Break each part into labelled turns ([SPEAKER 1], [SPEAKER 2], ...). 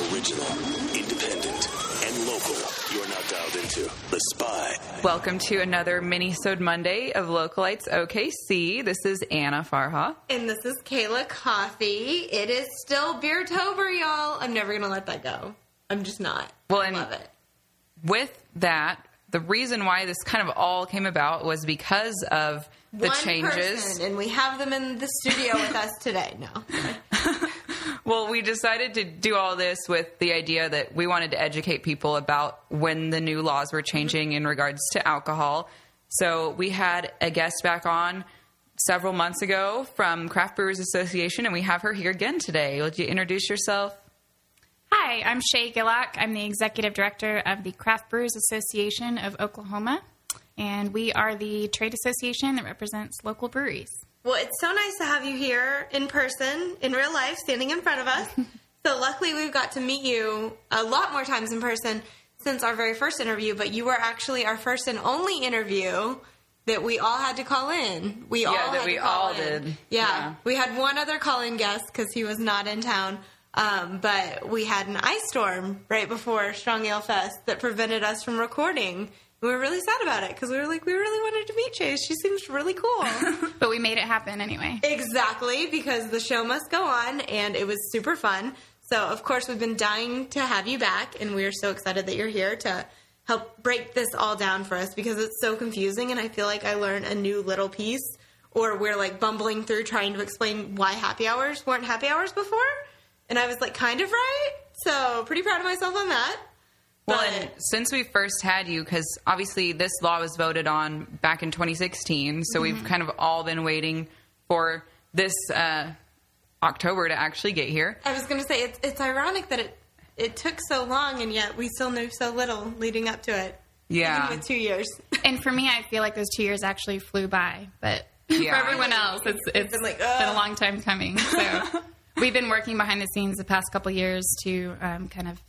[SPEAKER 1] Original, independent, and local. You're now dialed into The Spy.
[SPEAKER 2] Welcome to another Mini-Sode Monday of Localites OKC. This is Anna Farha.
[SPEAKER 3] And this is Kayla Coffee. It is still beer tober, y'all. I'm never gonna let that go. I'm just not.
[SPEAKER 2] Well,
[SPEAKER 3] I
[SPEAKER 2] and-
[SPEAKER 3] love it.
[SPEAKER 2] With that, the reason why this kind of all came about was because of the
[SPEAKER 3] One
[SPEAKER 2] changes.
[SPEAKER 3] person, and we have them in the studio with us today. No,
[SPEAKER 2] Well, we decided to do all this with the idea that we wanted to educate people about when the new laws were changing in regards to alcohol. So we had a guest back on several months ago from Craft Brewers Association, and we have her here again today. Would you introduce yourself?
[SPEAKER 4] Hi, I'm Shay Gillock. I'm the executive director of the Craft Brewers Association of Oklahoma, and we are the trade association that represents local breweries.
[SPEAKER 3] Well, it's so nice to have you here in person, in real life, standing in front of us. so, luckily, we've got to meet you a lot more times in person since our very first interview, but you were actually our first and only interview that we all had to call in. We all
[SPEAKER 2] that
[SPEAKER 3] had
[SPEAKER 2] we
[SPEAKER 3] to call
[SPEAKER 2] all
[SPEAKER 3] in.
[SPEAKER 2] did.
[SPEAKER 3] Yeah.
[SPEAKER 2] Yeah.
[SPEAKER 3] We had one other call in guest because he was not in town. Um, but we had an ice storm right before Strong Ale Fest that prevented us from recording. We were really sad about it because we were like, we really wanted to meet Chase. She seems really cool.
[SPEAKER 4] But we made it happen anyway.
[SPEAKER 3] Exactly, because the show must go on, and it was super fun. So, of course, we've been dying to have you back, and we are so excited that you're here to help break this all down for us because it's so confusing, and I feel like I learn a new little piece, or we're like bumbling through trying to explain why happy hours weren't happy hours before, and I was like kind of right. So, pretty proud of myself on that.
[SPEAKER 2] Well,
[SPEAKER 3] But-
[SPEAKER 2] and since we first had you, because obviously this law was voted on back in 2016, so we've kind of all been waiting for this uh, October to actually get here.
[SPEAKER 3] I was going to say it's it's ironic that it it took so long, and yet we still knew so little leading up to it.
[SPEAKER 2] Yeah.
[SPEAKER 3] Even with two years.
[SPEAKER 4] And for me, I feel like those two years actually flew by, but
[SPEAKER 2] Yeah.
[SPEAKER 4] for everyone else, it's, it's
[SPEAKER 3] been
[SPEAKER 4] been,
[SPEAKER 3] like,
[SPEAKER 4] a
[SPEAKER 3] ugh.
[SPEAKER 4] long time coming. So we've been working behind the scenes the past couple years to um, kind of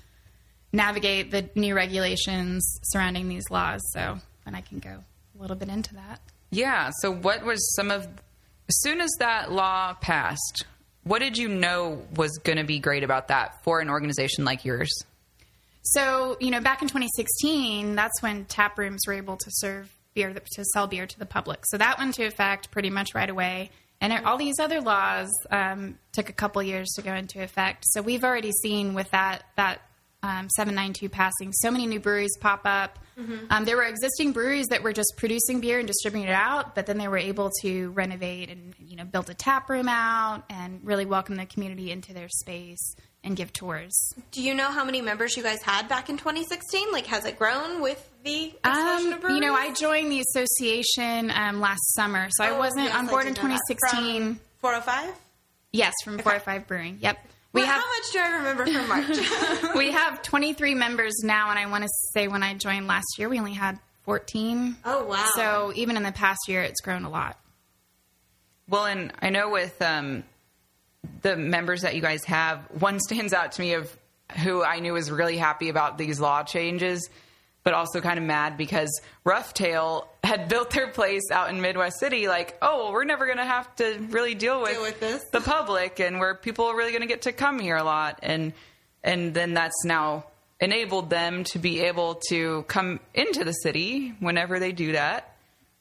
[SPEAKER 4] navigate the new regulations surrounding these laws. So, and I can go a little bit into that.
[SPEAKER 2] Yeah. So, what was some of, as soon as that law passed, what did you know was going to be great about that for an organization like yours?
[SPEAKER 4] So, you know, back in 2016, that's when tap rooms were able to serve beer, to sell beer to the public. So that went into effect pretty much right away. And there- all these other laws um, took a couple years to go into effect. So we've already seen with that, that um, 792 passing, so many new breweries pop up. Um, there were existing breweries that were just producing beer and distributing it out, but then they were able to renovate and, you know, build a tap room out and really welcome the community into their space and give tours.
[SPEAKER 3] Do you know how many members you guys had back in 2016? Like, has it grown with the explosion
[SPEAKER 4] Um,
[SPEAKER 3] of breweries?
[SPEAKER 4] you know, I joined the association um, last summer, so I
[SPEAKER 3] Oh,
[SPEAKER 4] wasn't
[SPEAKER 3] yes,
[SPEAKER 4] on board in
[SPEAKER 3] did know that.
[SPEAKER 4] 2016.
[SPEAKER 3] From 405.
[SPEAKER 4] yes, from 405 Brewing. Yep. We
[SPEAKER 3] Well,
[SPEAKER 4] have
[SPEAKER 3] how much do I remember from March?
[SPEAKER 4] we have 23 members now, and I want to say when I joined last year, we only had 14.
[SPEAKER 3] Oh, wow.
[SPEAKER 4] So even in the past year, it's grown a lot.
[SPEAKER 2] Well, and I know with um, the members that you guys have, one stands out to me of who I knew was really happy about these law changes, but also kind of mad because Rough Tail had built their place out in Midwest City, like, oh, well, we're never going to have to really deal with,
[SPEAKER 3] Deal with this.
[SPEAKER 2] the public and where people are really going to get to come here a lot. And, and then that's now enabled them to be able to come into the city whenever they do that.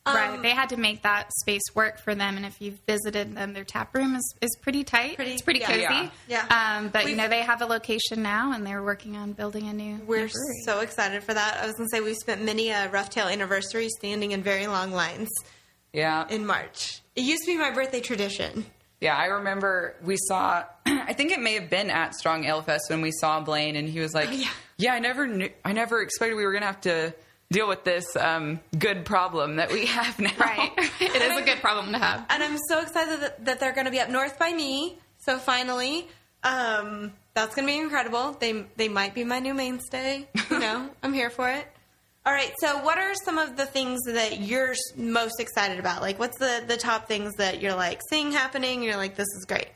[SPEAKER 3] Um,
[SPEAKER 4] right. They had to make that space work for them, and if you've visited them, their tap room is, is pretty tight.
[SPEAKER 3] Pretty-
[SPEAKER 4] it's pretty
[SPEAKER 3] yeah.
[SPEAKER 4] cozy.
[SPEAKER 2] Yeah.
[SPEAKER 3] Yeah.
[SPEAKER 4] Um, but
[SPEAKER 3] We've-
[SPEAKER 4] you know, they have a location now, and they're working on building a new.
[SPEAKER 3] We're
[SPEAKER 4] new brewery.
[SPEAKER 3] so excited for that. I was going to say we spent many a Rough Tail anniversary standing in very long lines
[SPEAKER 2] Yeah.
[SPEAKER 3] in March. It used to be my birthday tradition.
[SPEAKER 2] Yeah, I remember we saw. I think it may have been at Strong Ale Fest when we saw Blaine, and he was like,
[SPEAKER 3] yeah.
[SPEAKER 2] I never knew. I never expected we were gonna have to deal with this um, good problem that we have now."
[SPEAKER 4] Right. it is a good problem to have.
[SPEAKER 3] And I'm so excited that, that they're going to be up north by me. So finally, um, that's going to be incredible. They they might be my new mainstay. You know, I'm here for it. All right. So, what are some of the things that you're s- most excited about? Like, what's the the top things that you're like seeing happening? You're like, this is great.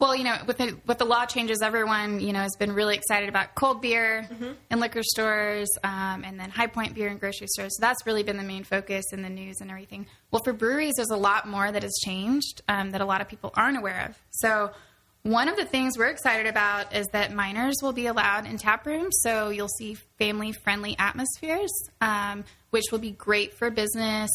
[SPEAKER 4] Well, you know, with the, with the law changes, everyone you know has been really excited about cold beer in liquor stores, um, and then High Point beer in grocery stores. So that's really been the main focus in the news and everything. Well, for breweries, there's a lot more that has changed um, that a lot of people aren't aware of. So One of the things we're excited about is that minors will be allowed in tap rooms, so you'll see family friendly atmospheres, um, which will be great for business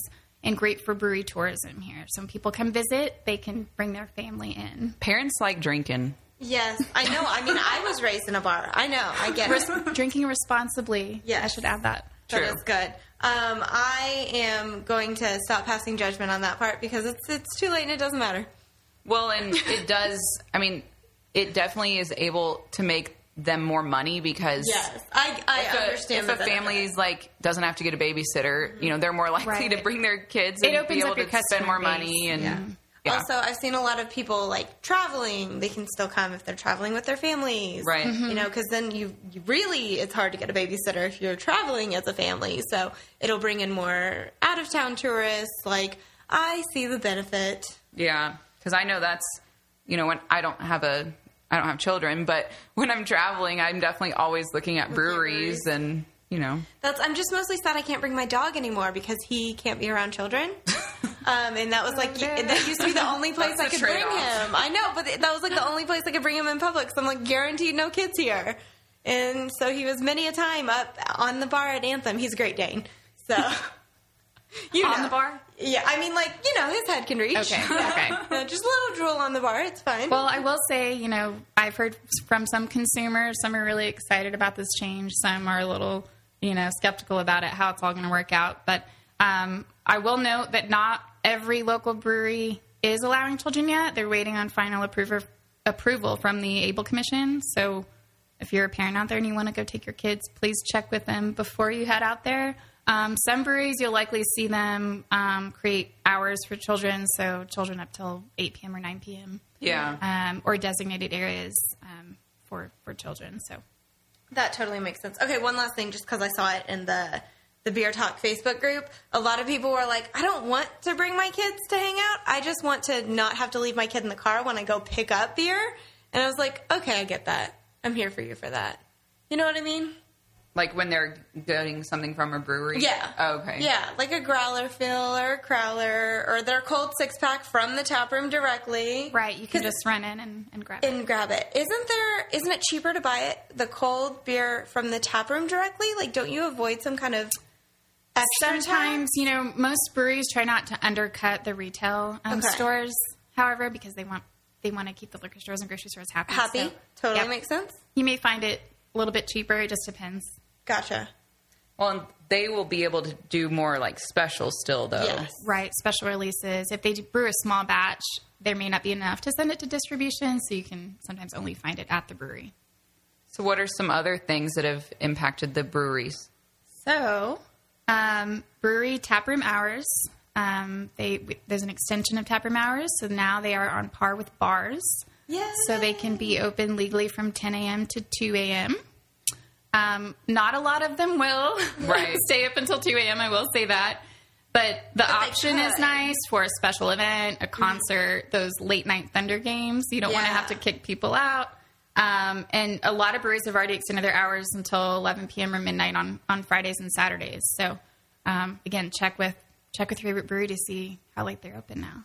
[SPEAKER 4] and great for brewery tourism here. So when people come visit, they can bring their family in.
[SPEAKER 2] Parents like drinking.
[SPEAKER 3] Yes, I know. I mean, I was raised in a bar. I know. I get it.
[SPEAKER 4] Drinking responsibly.
[SPEAKER 3] Yes.
[SPEAKER 4] I should add that.
[SPEAKER 3] That
[SPEAKER 2] True.
[SPEAKER 3] is good. Um, I am going to stop passing judgment on that part because it's it's too late and it doesn't matter.
[SPEAKER 2] Well, and it does. I mean, it definitely is able to make them more money because
[SPEAKER 3] Yes, I, I
[SPEAKER 2] if a-
[SPEAKER 3] understand.
[SPEAKER 2] if
[SPEAKER 3] the
[SPEAKER 2] a
[SPEAKER 3] benefit.
[SPEAKER 2] family's like doesn't have to get a babysitter, you know, they're more likely
[SPEAKER 4] Right.
[SPEAKER 2] to bring their kids. And
[SPEAKER 4] It opens
[SPEAKER 2] be able
[SPEAKER 4] up your
[SPEAKER 2] to spend
[SPEAKER 4] customer
[SPEAKER 2] more
[SPEAKER 4] base.
[SPEAKER 2] money and yeah.
[SPEAKER 3] Also, I've seen a lot of people like traveling. They can still come if they're traveling with their families,
[SPEAKER 2] Right.
[SPEAKER 3] You know, because then you, you really it's hard to get a babysitter if you're traveling as a family. So it'll bring in more out of town tourists. Like I see the benefit.
[SPEAKER 2] Yeah, because I know that's you know when I don't have a I don't have children, but when I'm traveling, I'm definitely always looking at breweries and you know
[SPEAKER 3] That's I'm just mostly sad I can't bring my dog anymore because he can't be around children. Um, and that was like that used to be the only place
[SPEAKER 2] That's
[SPEAKER 3] I
[SPEAKER 2] the
[SPEAKER 3] could bring
[SPEAKER 2] trade-off.
[SPEAKER 3] him. I know, but that was like the only place I could bring him in public. So I'm like guaranteed no kids here. And so he was many a time up on the bar at Anthem. He's a Great Dane. So you
[SPEAKER 4] On
[SPEAKER 3] know.
[SPEAKER 4] the bar?
[SPEAKER 3] Yeah, I mean like you know his head can reach.
[SPEAKER 4] Okay,
[SPEAKER 3] Yeah.
[SPEAKER 4] okay.
[SPEAKER 3] Yeah, just a little drool on the bar. It's fine.
[SPEAKER 4] Well, I will say, you know, I've heard from some consumers, some are really excited about this change, some are a little, you know, skeptical about it, how it's all going to work out. But um, I will note that not every local brewery is allowing children yet. They're waiting on final approver, approval from the ABLE Commission. So if you're a parent out there and you want to go take your kids, please check with them before you head out there. Um, some breweries, you'll likely see them um, create hours for children, so children up till 8 p.m. or 9 p.m
[SPEAKER 2] yeah
[SPEAKER 4] um, or designated areas um, for for children. So
[SPEAKER 3] That totally makes sense. Okay, one last thing, just because I saw it in the the Beer Talk Facebook group, a lot of people were like, "I don't want to bring my kids to hang out. I just want to not have to leave my kid in the car when I go pick up beer." And I was like, "Okay, I get that. I'm here for you for that." You know what I mean?
[SPEAKER 2] like when they're getting something from a brewery.
[SPEAKER 3] Yeah.
[SPEAKER 2] Oh, okay.
[SPEAKER 3] Yeah, like a growler fill or a crowler or their cold six pack from the tap room directly.
[SPEAKER 4] right, you can
[SPEAKER 3] 'Cause-
[SPEAKER 4] just run in and, and grab. it.
[SPEAKER 3] and grab it. Isn't there? Isn't it cheaper to buy it the cold beer from the tap room directly? Like, don't you avoid some kind of extra tax?
[SPEAKER 4] Sometimes you know most breweries try not to undercut the retail um,
[SPEAKER 3] Okay.
[SPEAKER 4] stores, however, because they want they want to keep the liquor stores and grocery stores happy.
[SPEAKER 3] Happy
[SPEAKER 4] So,
[SPEAKER 3] totally
[SPEAKER 4] yep.
[SPEAKER 3] makes sense.
[SPEAKER 4] You may find it a little bit cheaper. It just depends.
[SPEAKER 3] Gotcha.
[SPEAKER 2] Well, and they will be able to do more like special still though.
[SPEAKER 3] Yes.
[SPEAKER 4] Right, special releases. If they do brew a small batch, there may not be enough to send it to distribution, so you can sometimes only find it at the brewery.
[SPEAKER 2] So what are some other things that have impacted the breweries?
[SPEAKER 4] So, um, brewery taproom hours. Um, they w- there's an extension of taproom hours, so now they are on par with bars.
[SPEAKER 3] Yeah.
[SPEAKER 4] So they can be open legally from 10 a.m. to 2 a.m. Um, not a lot of them will
[SPEAKER 2] Right.
[SPEAKER 4] stay up until 2 a.m. I will say that, but the option is
[SPEAKER 3] could.
[SPEAKER 4] nice for a special event,
[SPEAKER 2] Mm-hmm.
[SPEAKER 4] a concert, those late night thunder games. You don't want to
[SPEAKER 3] Yeah.
[SPEAKER 4] have to kick people out. Um, and a lot of breweries have already extended their hours until 11 p.m. or midnight on, on Fridays and Saturdays. So um, again, check with check with your favorite brewery to see how late they're open now.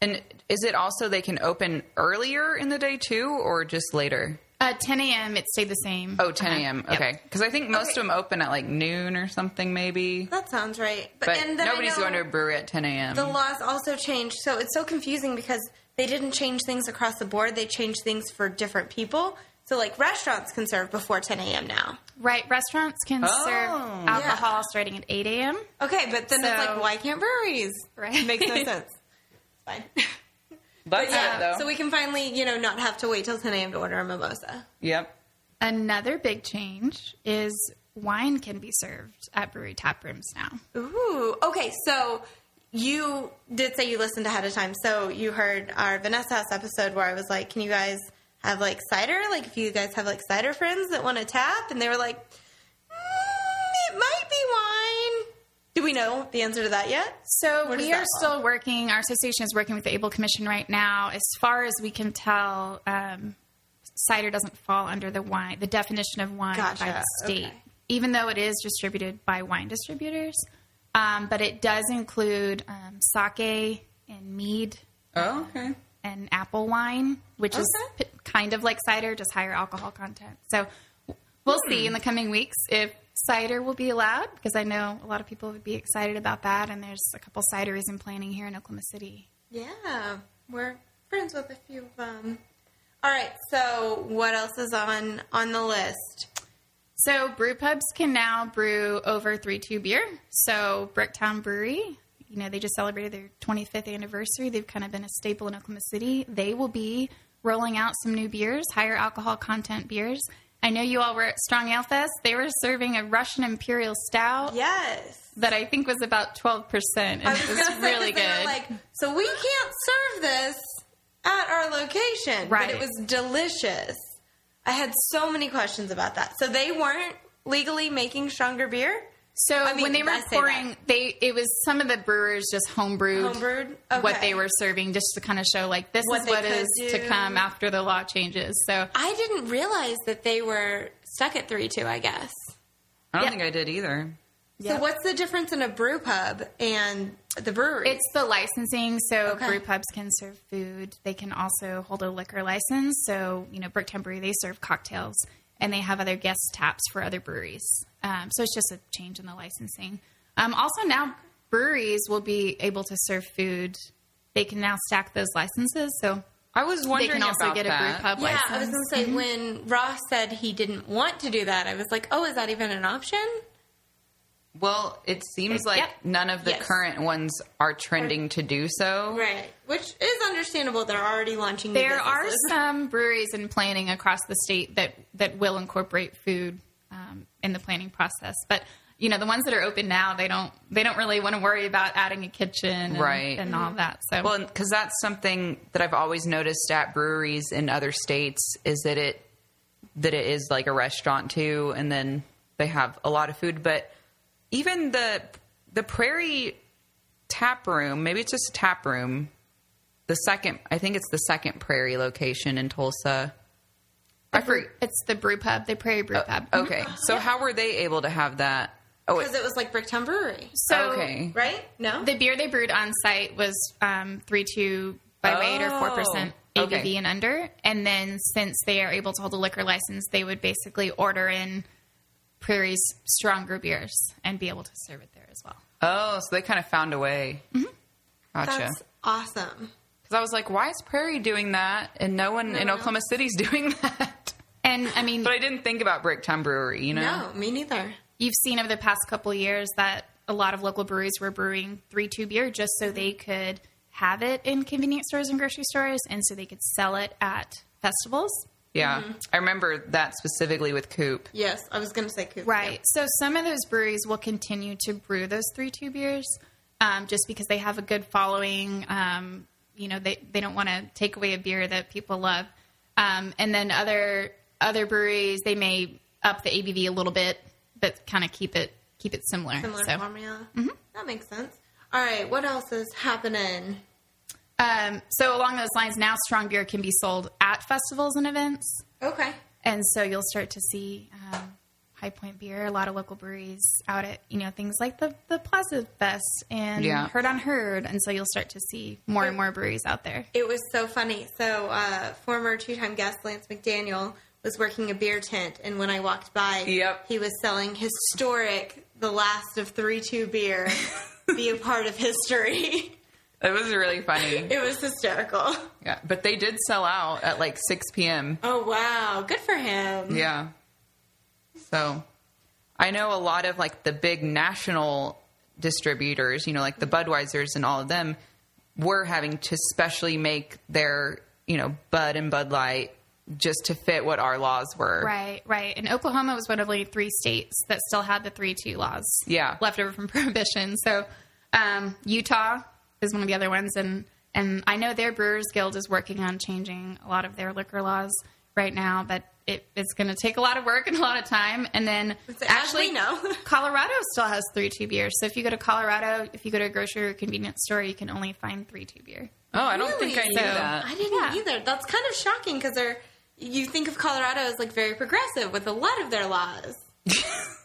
[SPEAKER 2] And is it also they can open earlier in the day too, or just later?
[SPEAKER 4] Uh, 10 a.m. It stayed the same.
[SPEAKER 2] Oh, 10 a.m.
[SPEAKER 4] Yep.
[SPEAKER 2] Okay, because I think most
[SPEAKER 3] Okay.
[SPEAKER 2] of them open at like noon or something, maybe.
[SPEAKER 3] that sounds right. But,
[SPEAKER 2] But
[SPEAKER 3] and then I
[SPEAKER 2] nobody's
[SPEAKER 3] know
[SPEAKER 2] going to a brewery at 10 a.m.
[SPEAKER 3] The laws also changed, so it's so confusing because they didn't change things across the board. They changed things for different people. So, like restaurants can serve before 10 a.m. now.
[SPEAKER 4] Right. Restaurants can
[SPEAKER 2] Oh.
[SPEAKER 4] serve
[SPEAKER 2] Yeah.
[SPEAKER 4] alcohol starting at 8 a.m.
[SPEAKER 3] Okay, but then it's
[SPEAKER 4] So-
[SPEAKER 3] like, why can't breweries?
[SPEAKER 4] Right.
[SPEAKER 3] Makes no sense. Fine.
[SPEAKER 2] That's it,
[SPEAKER 3] Uh, Yeah,
[SPEAKER 2] though.
[SPEAKER 3] so we can finally, you know, not have to wait till 10 a.m. to order a mimosa.
[SPEAKER 2] yep.
[SPEAKER 4] Another big change is wine can be served at brewery tap rooms now.
[SPEAKER 3] Ooh. Okay, so you did say you listened ahead of time. So you heard our Vanessa House episode where I was like, can you guys have like cider? Like, if you guys have like cider friends that want to tap, and they were like, mm, it might be wine. Do we know the answer to that yet?
[SPEAKER 4] So
[SPEAKER 3] Where does
[SPEAKER 4] we
[SPEAKER 3] that
[SPEAKER 4] are
[SPEAKER 3] fall?
[SPEAKER 4] still working. Our association is working with the ABLE Commission right now. As far as we can tell, um, cider doesn't fall under the wine, the definition of wine by
[SPEAKER 3] Gotcha.
[SPEAKER 4] the state,
[SPEAKER 3] Okay.
[SPEAKER 4] even though it is distributed by wine distributors. Um, but it does include um, sake and mead
[SPEAKER 2] Oh, okay.
[SPEAKER 4] and and apple wine, which is p-
[SPEAKER 3] Okay.
[SPEAKER 4] kind of like cider, just higher alcohol content. So we'll see in the coming weeks if cider will be allowed, because I know a lot of people would be excited about that. And there's a couple cideries in planning here in Oklahoma City.
[SPEAKER 3] Yeah, we're friends with a few of them. All right, so what else is on on the list?
[SPEAKER 4] So brew pubs can now brew over three two beer. So Bricktown Brewery, you know, they just celebrated their 25th anniversary. They've kind of been a staple in Oklahoma City. They will be rolling out some new beers, higher alcohol content beers. I know you all were at Strong Ale Fest. They were serving a Russian Imperial Stout
[SPEAKER 3] Yes,
[SPEAKER 4] that I think was about 12%, and
[SPEAKER 3] I
[SPEAKER 4] it
[SPEAKER 3] was
[SPEAKER 4] was
[SPEAKER 3] gonna say, 'cause
[SPEAKER 4] really
[SPEAKER 3] they were
[SPEAKER 4] good.
[SPEAKER 3] Like, so we can't serve this at our location, but it
[SPEAKER 4] Right.
[SPEAKER 3] was delicious. I had so many questions about that. So they weren't legally making stronger beer,
[SPEAKER 4] so
[SPEAKER 3] mean,
[SPEAKER 4] when they were
[SPEAKER 3] I say that.
[SPEAKER 4] pouring, they it was some of the brewers just homebrewed.
[SPEAKER 3] homebrewed.
[SPEAKER 4] what
[SPEAKER 3] Okay.
[SPEAKER 4] they were serving just to kind of show like this
[SPEAKER 3] What
[SPEAKER 4] is
[SPEAKER 3] they
[SPEAKER 4] what
[SPEAKER 3] could
[SPEAKER 4] is to
[SPEAKER 3] do.
[SPEAKER 4] come after the law changes so
[SPEAKER 3] I didn't realize that they were stuck at three two. I guess.
[SPEAKER 2] I don't
[SPEAKER 4] Yeah.
[SPEAKER 2] think I did either.
[SPEAKER 3] So what's the difference in a brew pub and the brewery?
[SPEAKER 4] it's the licensing so
[SPEAKER 3] Okay.
[SPEAKER 4] brew pubs can serve food they can also hold a liquor license so you know bricktown brewery they serve cocktails and they have other guest taps for other breweries um, so it's just a change in the licensing um, also now breweries will be able to serve food they can now stack those licenses so
[SPEAKER 2] I was
[SPEAKER 4] they
[SPEAKER 2] wondering
[SPEAKER 4] can also
[SPEAKER 2] about
[SPEAKER 4] get a
[SPEAKER 2] that.
[SPEAKER 4] brew pub
[SPEAKER 3] yeah,
[SPEAKER 4] license
[SPEAKER 3] I was gonna say when Ross said he didn't want to do that, I was like, oh, is that even an option?
[SPEAKER 2] Well, it seems like
[SPEAKER 4] Yep.
[SPEAKER 2] none of the
[SPEAKER 3] Yes.
[SPEAKER 2] current ones are trending to do so.
[SPEAKER 3] Right, which is understandable. They're already launching. new
[SPEAKER 4] There are
[SPEAKER 3] businesses.
[SPEAKER 4] some breweries and planning across the state that that will incorporate food um, in the planning process, but you know the ones that are open now they don't they don't really want to worry about adding a kitchen and,
[SPEAKER 2] Right.
[SPEAKER 4] and all that. So
[SPEAKER 2] Well, because that's something that I've always noticed at breweries in other states is that it that it is like a restaurant too, and then they have a lot of food. But even the the Prairie Tap Room, maybe it's just a tap room. The second, I think it's the second Prairie location in Tulsa. I forget.
[SPEAKER 4] it's the brew pub, the Prairie Brew Pub.
[SPEAKER 2] Oh,
[SPEAKER 3] Oh,
[SPEAKER 2] Okay, so how were they able to have that? Oh, it,
[SPEAKER 3] because it was like Bricktown Brewery,
[SPEAKER 4] So
[SPEAKER 2] okay.
[SPEAKER 3] right? No,
[SPEAKER 4] the beer they brewed on site was um, three two by weight or four percent
[SPEAKER 2] Oh,
[SPEAKER 4] ABV
[SPEAKER 2] okay.
[SPEAKER 4] and under. And then since they are able to hold a liquor license, they would basically order in Prairie's stronger beers and be able to serve it there as well.
[SPEAKER 2] Oh, so they kind of found a way. Gotcha.
[SPEAKER 3] Mm-hmm. that's awesome.
[SPEAKER 2] Because I was like, why is Prairie doing that and no one in
[SPEAKER 3] one
[SPEAKER 2] Oklahoma City's doing that?
[SPEAKER 4] And I mean,
[SPEAKER 2] but I didn't think about Bricktown Brewery, you know?
[SPEAKER 3] No, me neither.
[SPEAKER 4] you've seen over the past couple years that a lot of local breweries were brewing three two beer just
[SPEAKER 2] Mm-hmm.
[SPEAKER 4] so they could have it in convenience stores and grocery stores, and so they could sell it at festivals.
[SPEAKER 2] Yeah. I remember that specifically with Coop.
[SPEAKER 3] Yes, I was gonna say Coop.
[SPEAKER 4] Right. So some of those breweries will continue to brew those three two beers, um, just because they have a good following. Um, you know, they they don't want to take away a beer that people love. Um, and then other other breweries, they may up the ABV a little bit, but kind of keep it keep it similar.
[SPEAKER 3] Similar
[SPEAKER 4] so. mm-hmm.
[SPEAKER 3] formula. That makes sense. All right, what else is happening?
[SPEAKER 4] Um, so along those lines, now strong beer can be sold at festivals and events.
[SPEAKER 3] Okay.
[SPEAKER 4] and so you'll start to see um, High Point Beer, a lot of local breweries out at you know things like the the Plaza Fest and
[SPEAKER 2] Yeah.
[SPEAKER 4] Herd on Herd, and so you'll start to see more and more breweries out there.
[SPEAKER 3] It was so funny. So, uh, former two time guest Lance McDaniel was working a beer tent, and when I walked by,
[SPEAKER 2] Yep.
[SPEAKER 3] he was selling historic, the last of 3 2 beer, be a part of history.
[SPEAKER 2] It was really funny.
[SPEAKER 3] it was hysterical.
[SPEAKER 2] yeah. But they did sell out at like 6 p.m.
[SPEAKER 3] Oh, wow. Good for him.
[SPEAKER 2] Yeah. So I know a lot of like the big national distributors, you know, like the Budweisers and all of them were having to specially make their, you know, Bud and Bud Light just to fit what our laws were.
[SPEAKER 4] Right, right. And Oklahoma was one of only three states that still had the three two laws.
[SPEAKER 2] Yeah.
[SPEAKER 4] left over from prohibition. So um, Utah is one of the other ones, and and I know their Brewers Guild is working on changing a lot of their liquor laws right now, but. It, it's going to take a lot of work and a lot of time, and then
[SPEAKER 3] As we know.
[SPEAKER 4] Colorado still has three two beers. So if you go to Colorado, if you go to a grocery or convenience store, you can only find three two beer.
[SPEAKER 2] Oh, I don't think I
[SPEAKER 3] Really?
[SPEAKER 2] knew
[SPEAKER 4] So-
[SPEAKER 2] that.
[SPEAKER 3] I didn't
[SPEAKER 4] Yeah.
[SPEAKER 3] either. That's kind of shocking because they're. You think of Colorado as like very progressive with a lot of their laws.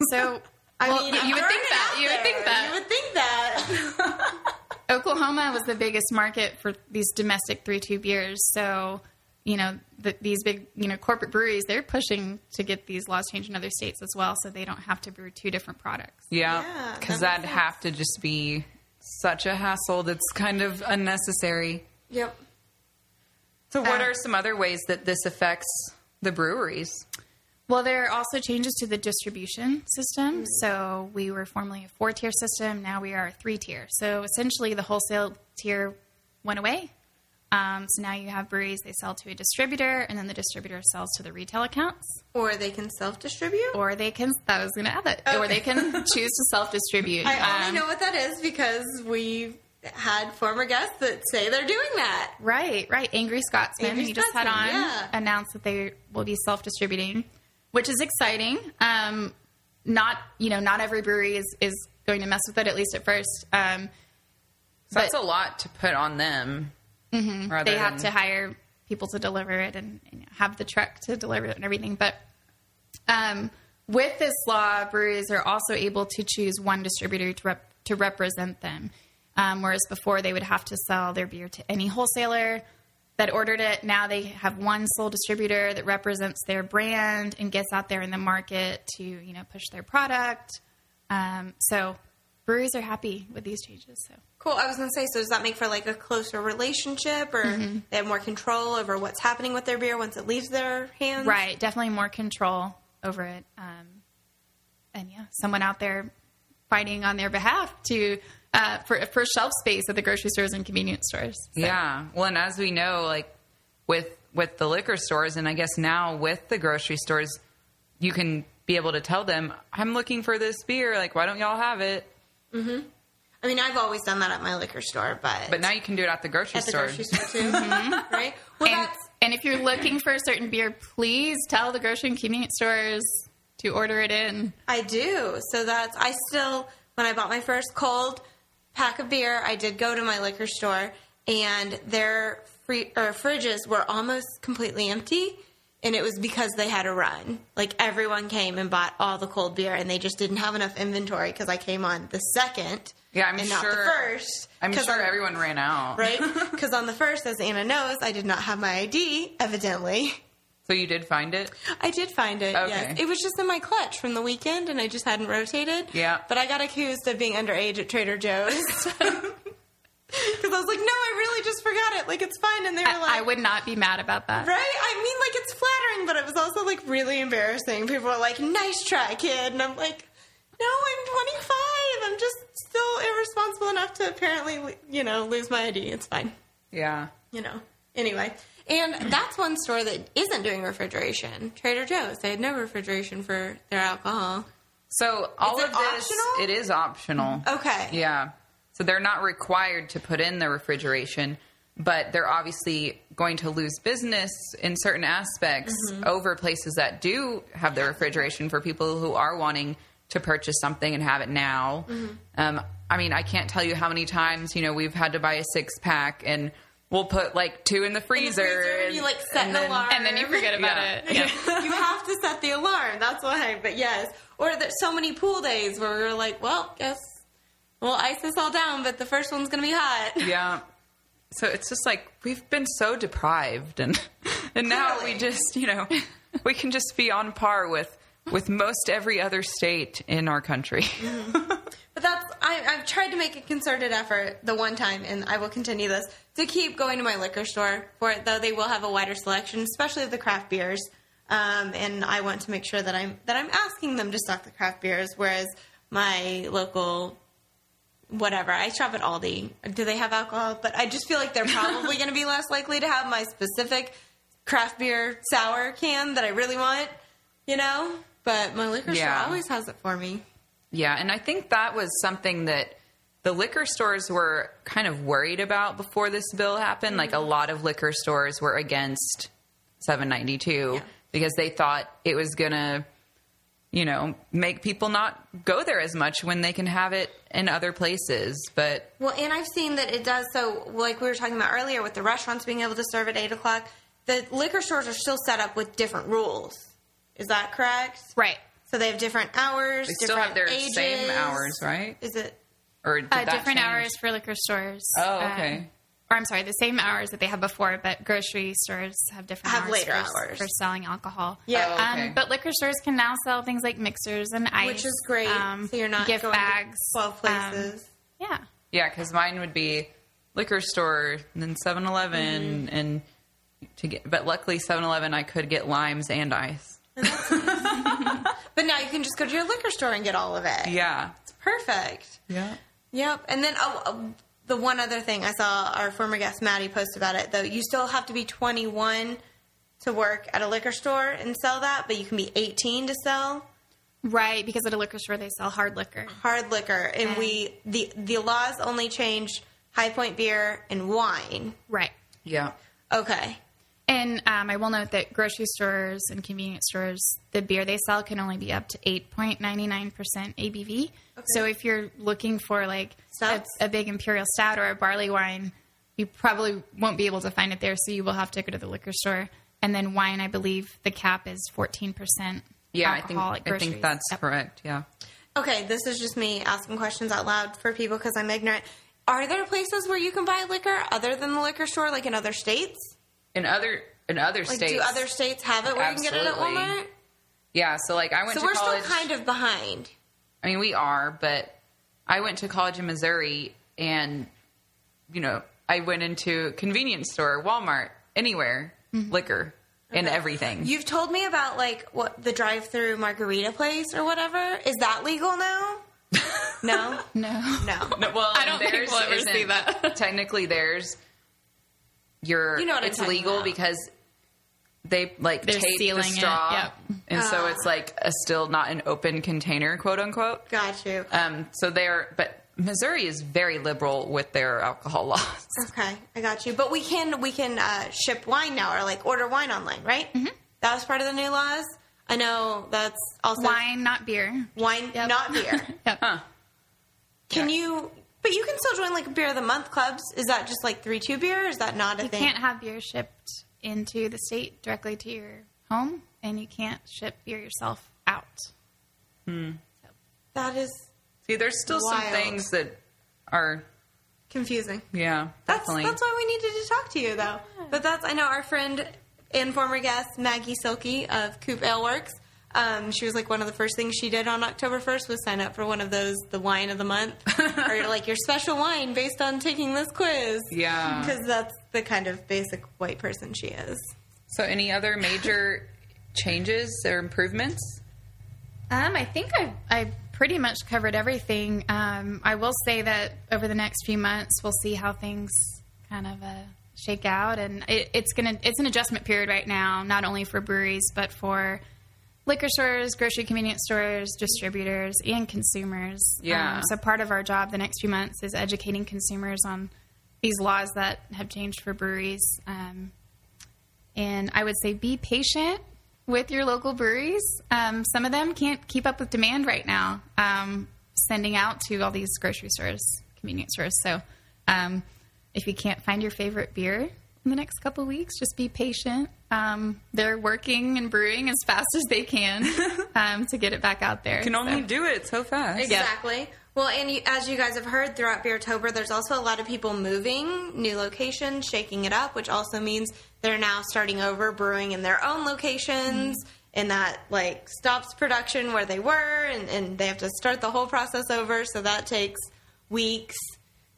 [SPEAKER 4] So
[SPEAKER 3] I
[SPEAKER 4] well,
[SPEAKER 3] mean,
[SPEAKER 4] you,
[SPEAKER 3] I'm
[SPEAKER 4] you would
[SPEAKER 3] throwing
[SPEAKER 4] think
[SPEAKER 3] it
[SPEAKER 4] that.
[SPEAKER 3] out
[SPEAKER 4] You
[SPEAKER 3] there.
[SPEAKER 4] would think that.
[SPEAKER 3] You would think that.
[SPEAKER 4] Oklahoma was the biggest market for these domestic three two beers. So, you know, the, these big, you know, corporate breweries, they're pushing to get these laws changed in other states as well. So they don't have to brew two different products.
[SPEAKER 2] Yeah.
[SPEAKER 3] Yeah,
[SPEAKER 2] Because
[SPEAKER 3] that
[SPEAKER 2] that'd
[SPEAKER 3] makes
[SPEAKER 2] have to just be such a hassle that's kind of unnecessary.
[SPEAKER 3] Yep.
[SPEAKER 2] So, what
[SPEAKER 4] Uh,
[SPEAKER 2] are some other ways that this affects the breweries?
[SPEAKER 4] Well, there are also changes to the distribution system. So we were formerly a four tier system, now we are a three tier. So essentially, the wholesale tier went away. Um, so now you have breweries, they sell to a distributor, and then the distributor sells to the retail accounts.
[SPEAKER 3] Or they can self distribute.
[SPEAKER 4] or they can that was gonna add it or they can choose to self-distribute
[SPEAKER 3] Oh. I
[SPEAKER 4] Um,
[SPEAKER 3] only know what that is because we had former guests that say they're doing that.
[SPEAKER 4] right right angry scotsman
[SPEAKER 3] Angry
[SPEAKER 4] who you just
[SPEAKER 3] Scotsman,
[SPEAKER 4] had on
[SPEAKER 3] yeah.
[SPEAKER 4] announced that they will be self-distributing which is exciting um not you know not every brewery is is going to mess with it at least at first um
[SPEAKER 2] So that's a lot to put on them.
[SPEAKER 3] Mm-hmm.
[SPEAKER 2] rather
[SPEAKER 4] they have
[SPEAKER 2] than-
[SPEAKER 4] to hire people to deliver it and, and have the truck to deliver it and everything. But um, with this law, breweries are also able to choose one distributor to, rep- to represent them, um, whereas before they would have to sell their beer to any wholesaler that ordered it. Now they have one sole distributor that represents their brand and gets out there in the market to you know push their product. Um, so breweries are happy with these changes. So.
[SPEAKER 3] Cool. I was going to say, so does that make for like a closer relationship or
[SPEAKER 4] Mm-hmm.
[SPEAKER 3] they have more control over what's happening with their beer once it leaves their hands?
[SPEAKER 4] Right. Definitely more control over it. Um, and yeah, someone out there fighting on their behalf to uh, for for shelf space at the grocery stores and convenience stores. So-
[SPEAKER 2] Yeah. Well, and as we know, like with with the liquor stores, and I guess now with the grocery stores, you can be able to tell them, "I'm looking for this beer. Like, why don't y'all have it?"
[SPEAKER 3] I mean, I've always done that at my liquor store, but,
[SPEAKER 2] But now you can do it at the grocery
[SPEAKER 3] at the
[SPEAKER 2] store.
[SPEAKER 3] grocery store too. Right? Well,
[SPEAKER 4] And,
[SPEAKER 3] that's.
[SPEAKER 4] and if you're looking for a certain beer, please tell the grocery and convenience stores to order it in.
[SPEAKER 3] I do. So that's I still when I bought my first cold pack of beer, I did go to my liquor store and their free or fridges were almost completely empty and it was because they had a run. Like everyone came and bought all the cold beer and they just didn't have enough inventory cuz I came on the second.
[SPEAKER 2] Yeah, I'm
[SPEAKER 3] and not
[SPEAKER 2] sure-
[SPEAKER 3] the first.
[SPEAKER 2] I'm
[SPEAKER 3] 'cause
[SPEAKER 2] sure
[SPEAKER 3] on-
[SPEAKER 2] everyone ran out.
[SPEAKER 3] right? Cuz on the first as Anna knows, I did not have my ID evidently.
[SPEAKER 2] So you did find it.
[SPEAKER 3] I did find it.
[SPEAKER 2] Okay.
[SPEAKER 3] Yes, it was just in my clutch from the weekend, and I just hadn't rotated.
[SPEAKER 2] Yeah.
[SPEAKER 3] but I got accused of being underage at Trader Joe's because I was like, "No, I really just forgot it. Like it's fine." And they were like,
[SPEAKER 4] I, I would not be mad about that.
[SPEAKER 3] Right? I mean, like it's flattering, but it was also like really embarrassing. People were like, "Nice try, kid," and I'm like, "No, I'm 25. I'm just still irresponsible enough to apparently, you know, lose my ID. It's fine."
[SPEAKER 2] Yeah.
[SPEAKER 3] you know. Anyway, and that's one store that isn't doing refrigeration. Trader Joe's. They had no refrigeration for their alcohol.
[SPEAKER 2] So all
[SPEAKER 3] it
[SPEAKER 2] of this,
[SPEAKER 3] optional?
[SPEAKER 2] it is optional.
[SPEAKER 3] Okay.
[SPEAKER 2] Yeah. So they're not required to put in the refrigeration, but they're obviously going to lose business in certain aspects
[SPEAKER 3] Mm-hmm.
[SPEAKER 2] over places that do have the refrigeration for people who are wanting to purchase something and have it now.
[SPEAKER 3] Mm-hmm.
[SPEAKER 2] Um, I mean, I can't tell you how many times, you know, we've had to buy a six pack and we'll put like two in the freezer.
[SPEAKER 3] and you like set an
[SPEAKER 2] then-
[SPEAKER 3] alarm,
[SPEAKER 4] And then you forget about
[SPEAKER 2] Yeah.
[SPEAKER 4] it. Yeah.
[SPEAKER 3] you have to set the alarm. That's why. But yes, or there's so many pool days where we were like, well, guess we'll ice this all down, but the first one's gonna be hot.
[SPEAKER 2] Yeah. So it's just like we've been so deprived and and now we
[SPEAKER 3] Clearly.
[SPEAKER 2] just, you know, we can just be on par with with most every other state in our country.
[SPEAKER 3] But that's I, I've tried to make a concerted effort the one time, and I will continue this to keep going to my liquor store for it. Though they will have a wider selection, especially of the craft beers, um, and I want to make sure that I'm that I'm asking them to stock the craft beers. Whereas my local whatever I shop at Aldi, do they have alcohol? But I just feel like they're probably going to be less likely to have my specific craft beer sour can that I really want, you know. But my liquor
[SPEAKER 2] Yeah.
[SPEAKER 3] store always has it for me.
[SPEAKER 2] Yeah, and I think that was something that the liquor stores were kind of worried about before this bill happened. Like a lot of liquor stores were against 792
[SPEAKER 3] Yeah.
[SPEAKER 2] because they thought it was going to you know, make people not go there as much when they can have it in other places. But
[SPEAKER 3] Well, and I've seen that it does. So, like we were talking about earlier, with the restaurants being able to serve at eight o'clock, the liquor stores are still set up with different rules. Is that correct?
[SPEAKER 4] Right.
[SPEAKER 3] So they have different hours.
[SPEAKER 2] They still have
[SPEAKER 3] different
[SPEAKER 2] their same
[SPEAKER 3] ages.
[SPEAKER 2] hours, right?
[SPEAKER 3] Is it?
[SPEAKER 2] Or did that
[SPEAKER 4] Uh, different
[SPEAKER 2] change?
[SPEAKER 4] hours for liquor stores.
[SPEAKER 2] Oh,
[SPEAKER 3] Uh,
[SPEAKER 4] um,
[SPEAKER 2] okay.
[SPEAKER 4] or I'm sorry, the same hours that they had before, but grocery stores have different
[SPEAKER 3] Have
[SPEAKER 4] hours,
[SPEAKER 3] later
[SPEAKER 4] for,
[SPEAKER 3] hours.
[SPEAKER 4] for selling alcohol.
[SPEAKER 3] Yeah.
[SPEAKER 2] Oh, okay.
[SPEAKER 4] Um, but liquor stores can now sell things like mixers and ice,
[SPEAKER 3] which is great.
[SPEAKER 4] um,
[SPEAKER 3] so you're not
[SPEAKER 4] gift
[SPEAKER 3] going
[SPEAKER 4] bags,
[SPEAKER 3] to twelve
[SPEAKER 4] um,
[SPEAKER 3] places.
[SPEAKER 4] yeah,
[SPEAKER 2] Yeah, because mine would be liquor store and then 7 11
[SPEAKER 3] Mm-hmm.
[SPEAKER 2] and to get, but luckily 7 Eleven, I could get limes and ice.
[SPEAKER 3] but now you can just go to your liquor store and get all of it.
[SPEAKER 2] Yeah.
[SPEAKER 3] It's perfect.
[SPEAKER 2] Yeah.
[SPEAKER 3] Yep. And then oh, oh, the one other thing I saw our former guest Maddie post about it though. You still have to be 21 to work at a liquor store and sell that, but you can be 18 to sell
[SPEAKER 4] right. Because at a liquor store they sell hard liquor.
[SPEAKER 3] hard liquor. And we the the laws only changed High Point beer and wine.
[SPEAKER 4] Right.
[SPEAKER 2] Yeah.
[SPEAKER 3] Okay.
[SPEAKER 4] And um, I will note that grocery stores and convenience stores, the beer they sell can only be up to 8.99% ABV. So if you're looking for like a,
[SPEAKER 3] Stouts?
[SPEAKER 4] a big imperial stout or a barley wine, you probably won't be able to find it there. So you will have to go to the liquor store. And then wine, I believe the cap is 14%.
[SPEAKER 2] Yeah,
[SPEAKER 4] alcohol
[SPEAKER 2] I
[SPEAKER 4] at
[SPEAKER 2] think I think
[SPEAKER 4] groceries.
[SPEAKER 2] that's
[SPEAKER 4] Yep.
[SPEAKER 2] correct. Yeah.
[SPEAKER 3] Okay, this is just me asking questions out loud for people because I'm ignorant. Are there places where you can buy liquor other than the liquor store, like in other states?
[SPEAKER 2] In other in other
[SPEAKER 3] Like,
[SPEAKER 2] states,
[SPEAKER 3] do other states have it where you can
[SPEAKER 2] Absolutely.
[SPEAKER 3] get it at Walmart?
[SPEAKER 2] yeah. So like I went
[SPEAKER 3] So
[SPEAKER 2] to
[SPEAKER 3] we're
[SPEAKER 2] college.
[SPEAKER 3] still kind of behind.
[SPEAKER 2] I mean, we are, but I went to college in Missouri and, you know, I went into convenience store, Walmart, anywhere,
[SPEAKER 4] Mm-hmm.
[SPEAKER 2] liquor, and everything.
[SPEAKER 3] You've told me about like what the drive-through margarita place or whatever. Is that legal now? No,
[SPEAKER 4] No.
[SPEAKER 3] no.
[SPEAKER 2] No, well,
[SPEAKER 4] I don't think
[SPEAKER 2] theirs
[SPEAKER 4] we'll ever see
[SPEAKER 2] isn't-
[SPEAKER 4] that.
[SPEAKER 2] technically, theirs, you're,
[SPEAKER 3] You know what I'm
[SPEAKER 2] it's
[SPEAKER 3] talking
[SPEAKER 2] legal
[SPEAKER 3] about.
[SPEAKER 2] because they like
[SPEAKER 4] They're
[SPEAKER 2] tape the
[SPEAKER 4] sealing it,
[SPEAKER 2] straw,
[SPEAKER 4] yep. Ah.
[SPEAKER 2] and so it's like a still not an open container, quote unquote.
[SPEAKER 3] Got you.
[SPEAKER 2] Um, so they are, but Missouri is very liberal with their alcohol laws.
[SPEAKER 3] Okay, I got you. But we can we can uh, ship wine now or like order wine online, right?
[SPEAKER 4] Mm-hmm.
[SPEAKER 3] That was part of the new laws. I know that's also
[SPEAKER 4] Wine, not beer.
[SPEAKER 3] wine, not beer.
[SPEAKER 4] Yep.
[SPEAKER 3] Can you? But you can still join like beer of the month clubs. Is that just like three two beer? Or is that not a
[SPEAKER 4] You
[SPEAKER 3] thing?
[SPEAKER 4] can't have beer shipped into the state directly to your home, and you can't ship beer yourself out.
[SPEAKER 3] that is
[SPEAKER 2] See, there's still some
[SPEAKER 3] Wild.
[SPEAKER 2] things that are,
[SPEAKER 3] confusing.
[SPEAKER 2] yeah,
[SPEAKER 3] That's
[SPEAKER 2] definitely.
[SPEAKER 3] that's why we needed to talk to you though. But that's I know our friend and former guest Maggie Silky of Coop Ale Works. Um, she was like one of the first things she did on October 1st was sign up for one of those the wine of the month or like your special wine based on taking this quiz.
[SPEAKER 2] Yeah.
[SPEAKER 3] because that's the kind of basic white person she is.
[SPEAKER 2] So, any other major changes or improvements?
[SPEAKER 4] Um, I think I I pretty much covered everything. Um, I will say that over the next few months, we'll see how things kind of uh, shake out, and it, it's gonna it's an adjustment period right now, not only for breweries but for liquor stores, grocery convenience stores, distributors, and consumers. Um,
[SPEAKER 2] Yeah.
[SPEAKER 4] so part of our job the next few months is educating consumers on these laws that have changed for breweries. Um, and I would say be patient with your local breweries. Um, some of them can't keep up with demand right now, um, sending out to all these grocery stores, convenience stores. So um, if you can't find your favorite beer in the next couple weeks, just be patient. Um, they're working and brewing as fast as they can um, to get it back out there.
[SPEAKER 2] Can
[SPEAKER 4] So-
[SPEAKER 2] only do it so fast.
[SPEAKER 4] Yeah.
[SPEAKER 3] Exactly. Well, and you, as you guys have heard throughout Beertober, there's also a lot of people moving, new locations, shaking it up, which also means they're now starting over brewing in their own locations.
[SPEAKER 4] Mm-hmm.
[SPEAKER 3] And that like stops production where they were, and, and they have to start the whole process over. So that takes weeks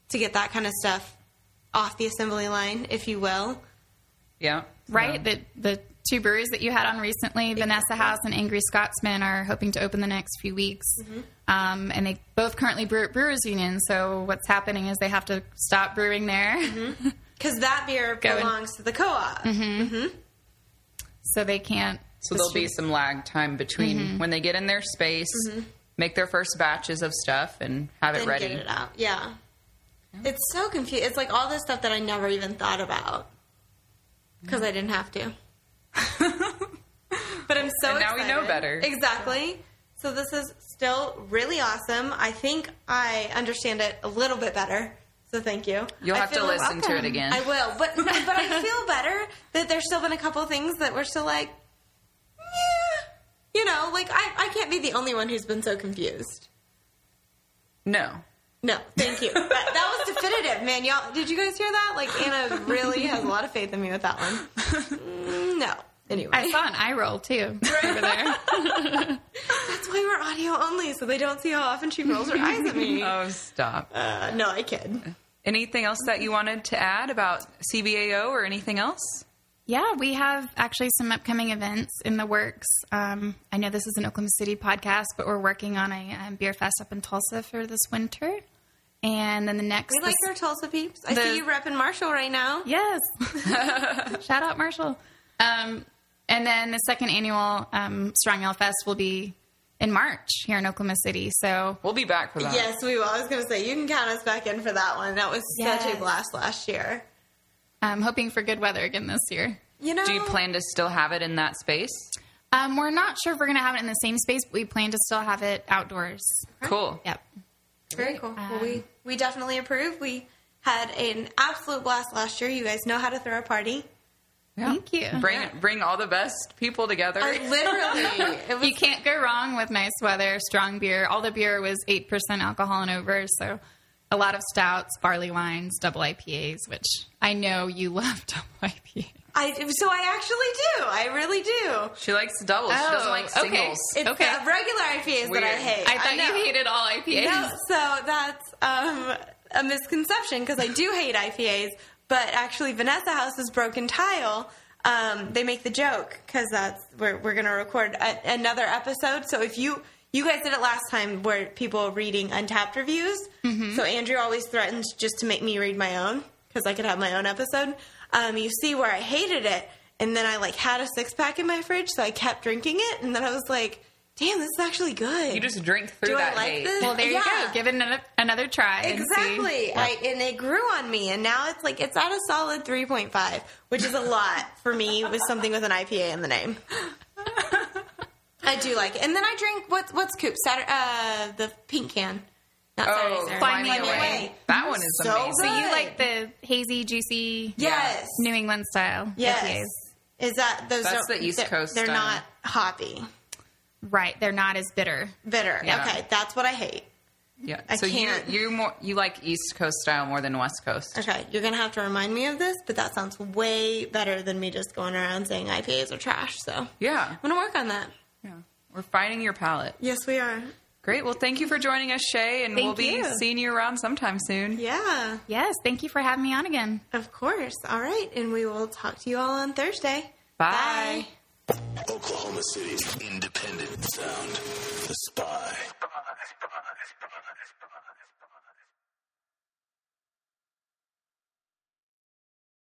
[SPEAKER 3] to get that kind of stuff off the assembly line, if you will.
[SPEAKER 2] Yeah.
[SPEAKER 4] right? The the two breweries that you had on recently, Vanessa House and Angry Scotsman, are hoping to open the next few weeks.
[SPEAKER 2] Mm-hmm.
[SPEAKER 4] Um, and they both currently brew at Brewers Union. So what's happening is they have to stop brewing there,
[SPEAKER 2] Mm-hmm.
[SPEAKER 3] Because that beer
[SPEAKER 4] Going.
[SPEAKER 3] belongs to the co op.
[SPEAKER 4] so they can't.
[SPEAKER 2] So, there'll be some lag time between
[SPEAKER 3] Mm-hmm.
[SPEAKER 2] when they get in their space, make their first batches of stuff, and have it
[SPEAKER 3] Then
[SPEAKER 2] ready.
[SPEAKER 3] get it out. Yeah. It's so confusing. It's like all this stuff that I never even thought about because
[SPEAKER 2] Mm-hmm.
[SPEAKER 3] I didn't have to. but I'm so
[SPEAKER 2] And now we know
[SPEAKER 3] excited.
[SPEAKER 2] better.
[SPEAKER 3] Exactly. So this is still really awesome. I think I understand it a little bit better. So thank you.
[SPEAKER 2] You'll
[SPEAKER 3] I
[SPEAKER 2] have to
[SPEAKER 3] feel-
[SPEAKER 2] listen to it again.
[SPEAKER 3] I will, but but I feel better that there's still been a couple things that we're still like, "Meh." you know, like I I can't be the only one who's been so confused.
[SPEAKER 2] no.
[SPEAKER 3] No, thank you. That, that was definitive, man. Y'all, did you guys hear that? Like Anna really has a lot of faith in me with that one. Mm, No. Anyway,
[SPEAKER 4] I saw an eye roll too over there.
[SPEAKER 3] that's why we're audio only, so they don't see how often she rolls her eyes at me.
[SPEAKER 2] Oh, stop.
[SPEAKER 3] Uh, no, I kid.
[SPEAKER 2] anything else that you wanted to add about CBAO or anything else?
[SPEAKER 4] Yeah, we have actually some upcoming events in the works. Um, I know this is an Oklahoma City podcast, but we're working on a um, beer fest up in Tulsa for this winter, and then the next.
[SPEAKER 3] We like
[SPEAKER 4] the-
[SPEAKER 3] your Tulsa peeps. I
[SPEAKER 4] The-
[SPEAKER 3] see you repping Marshall right now.
[SPEAKER 4] Yes. Shout out Marshall. Um, and then the second annual um, Strong Ale Fest will be in March here in Oklahoma City. So
[SPEAKER 2] We'll be back for that.
[SPEAKER 3] Yes, we will. I was going to say, you can count us back in for that one. That was such
[SPEAKER 4] Yes.
[SPEAKER 3] a blast last year.
[SPEAKER 4] I'm um, hoping for good weather again this year.
[SPEAKER 3] You know,
[SPEAKER 2] Do you plan to still have it in that space?
[SPEAKER 4] Um, we're not sure if we're going to have it in the same space, but we plan to still have it outdoors.
[SPEAKER 2] Cool.
[SPEAKER 4] Yep.
[SPEAKER 3] Very cool. well, we we definitely approve. We had an absolute blast last year. You guys know how to throw a party.
[SPEAKER 2] Yeah.
[SPEAKER 4] Thank you.
[SPEAKER 2] Bring bring all the best people together.
[SPEAKER 3] I literally, it was
[SPEAKER 4] You can't go wrong with nice weather, strong beer. All the beer was 8% alcohol and over, so a lot of stouts, barley wines, double IPAs, which I know you love double IPAs.
[SPEAKER 3] I so I actually do. I really do.
[SPEAKER 2] she likes doubles. she doesn't like
[SPEAKER 4] Oh, okay.
[SPEAKER 2] singles.
[SPEAKER 3] It's
[SPEAKER 4] Okay.
[SPEAKER 3] the regular IPAs that I
[SPEAKER 2] Weird.
[SPEAKER 3] hate.
[SPEAKER 4] I thought
[SPEAKER 3] know.
[SPEAKER 4] you hated all IPAs.
[SPEAKER 3] No, so that's um, a misconception because I do hate IPAs, but actually Vanessa House's Broken Tile, um, they make the joke because that's we're, we're going to record a, another episode. So if you you guys did it last time where people reading untapped reviews, so Andrew always threatens just to make me read my own because I could have my own episode. Um, you see where I hated it, and then I like had a six pack in my fridge, so I kept drinking it, and then I was like. Damn, this is actually good.
[SPEAKER 2] You just drink through
[SPEAKER 3] Do I
[SPEAKER 2] that
[SPEAKER 3] like
[SPEAKER 2] hate.
[SPEAKER 3] this?
[SPEAKER 4] Well, there you
[SPEAKER 3] Yeah.
[SPEAKER 4] go. Give it another, another try. and see.
[SPEAKER 3] Exactly. I, and it grew on me. And now it's like, it's at a solid 3.5, which is a lot for me with something with an IPA in the name. I do like it. And then I drink, what's, what's Coop? Saturday, uh, the pink can. Not
[SPEAKER 2] Oh,
[SPEAKER 3] Saturday,
[SPEAKER 4] Fly Me Away.
[SPEAKER 2] That one is
[SPEAKER 3] so
[SPEAKER 2] amazing.
[SPEAKER 3] Good.
[SPEAKER 4] So you like the hazy, juicy,
[SPEAKER 3] Yes.
[SPEAKER 4] New England style
[SPEAKER 3] Yes. Is that those?
[SPEAKER 2] That's
[SPEAKER 3] don't-
[SPEAKER 2] the East
[SPEAKER 3] they're-
[SPEAKER 2] Coast
[SPEAKER 3] They're
[SPEAKER 2] style.
[SPEAKER 3] not hoppy,
[SPEAKER 4] IPAs? Right. They're not as bitter.
[SPEAKER 3] bitter.
[SPEAKER 2] Yeah.
[SPEAKER 3] Okay, that's what I hate.
[SPEAKER 2] Yeah.
[SPEAKER 3] I
[SPEAKER 2] so
[SPEAKER 3] can't.
[SPEAKER 2] you you more you like East Coast style more than West Coast.
[SPEAKER 3] Okay, you're gonna have to remind me of this, but that sounds way better than me just going around saying IPAs are trash. So I'm
[SPEAKER 2] Yeah.
[SPEAKER 3] gonna work on that.
[SPEAKER 2] Yeah. We're finding your palate.
[SPEAKER 3] Yes, we are.
[SPEAKER 2] Great. Well, thank you for joining us, Shay, and we'll
[SPEAKER 4] Thank
[SPEAKER 2] be
[SPEAKER 4] you.
[SPEAKER 2] seeing you around sometime soon.
[SPEAKER 3] Yeah.
[SPEAKER 4] Yes. Thank you for having me on again.
[SPEAKER 3] Of course. All right. And we will talk to you all on Thursday.
[SPEAKER 2] Bye.
[SPEAKER 1] Oklahoma City's independent sound. The Spy.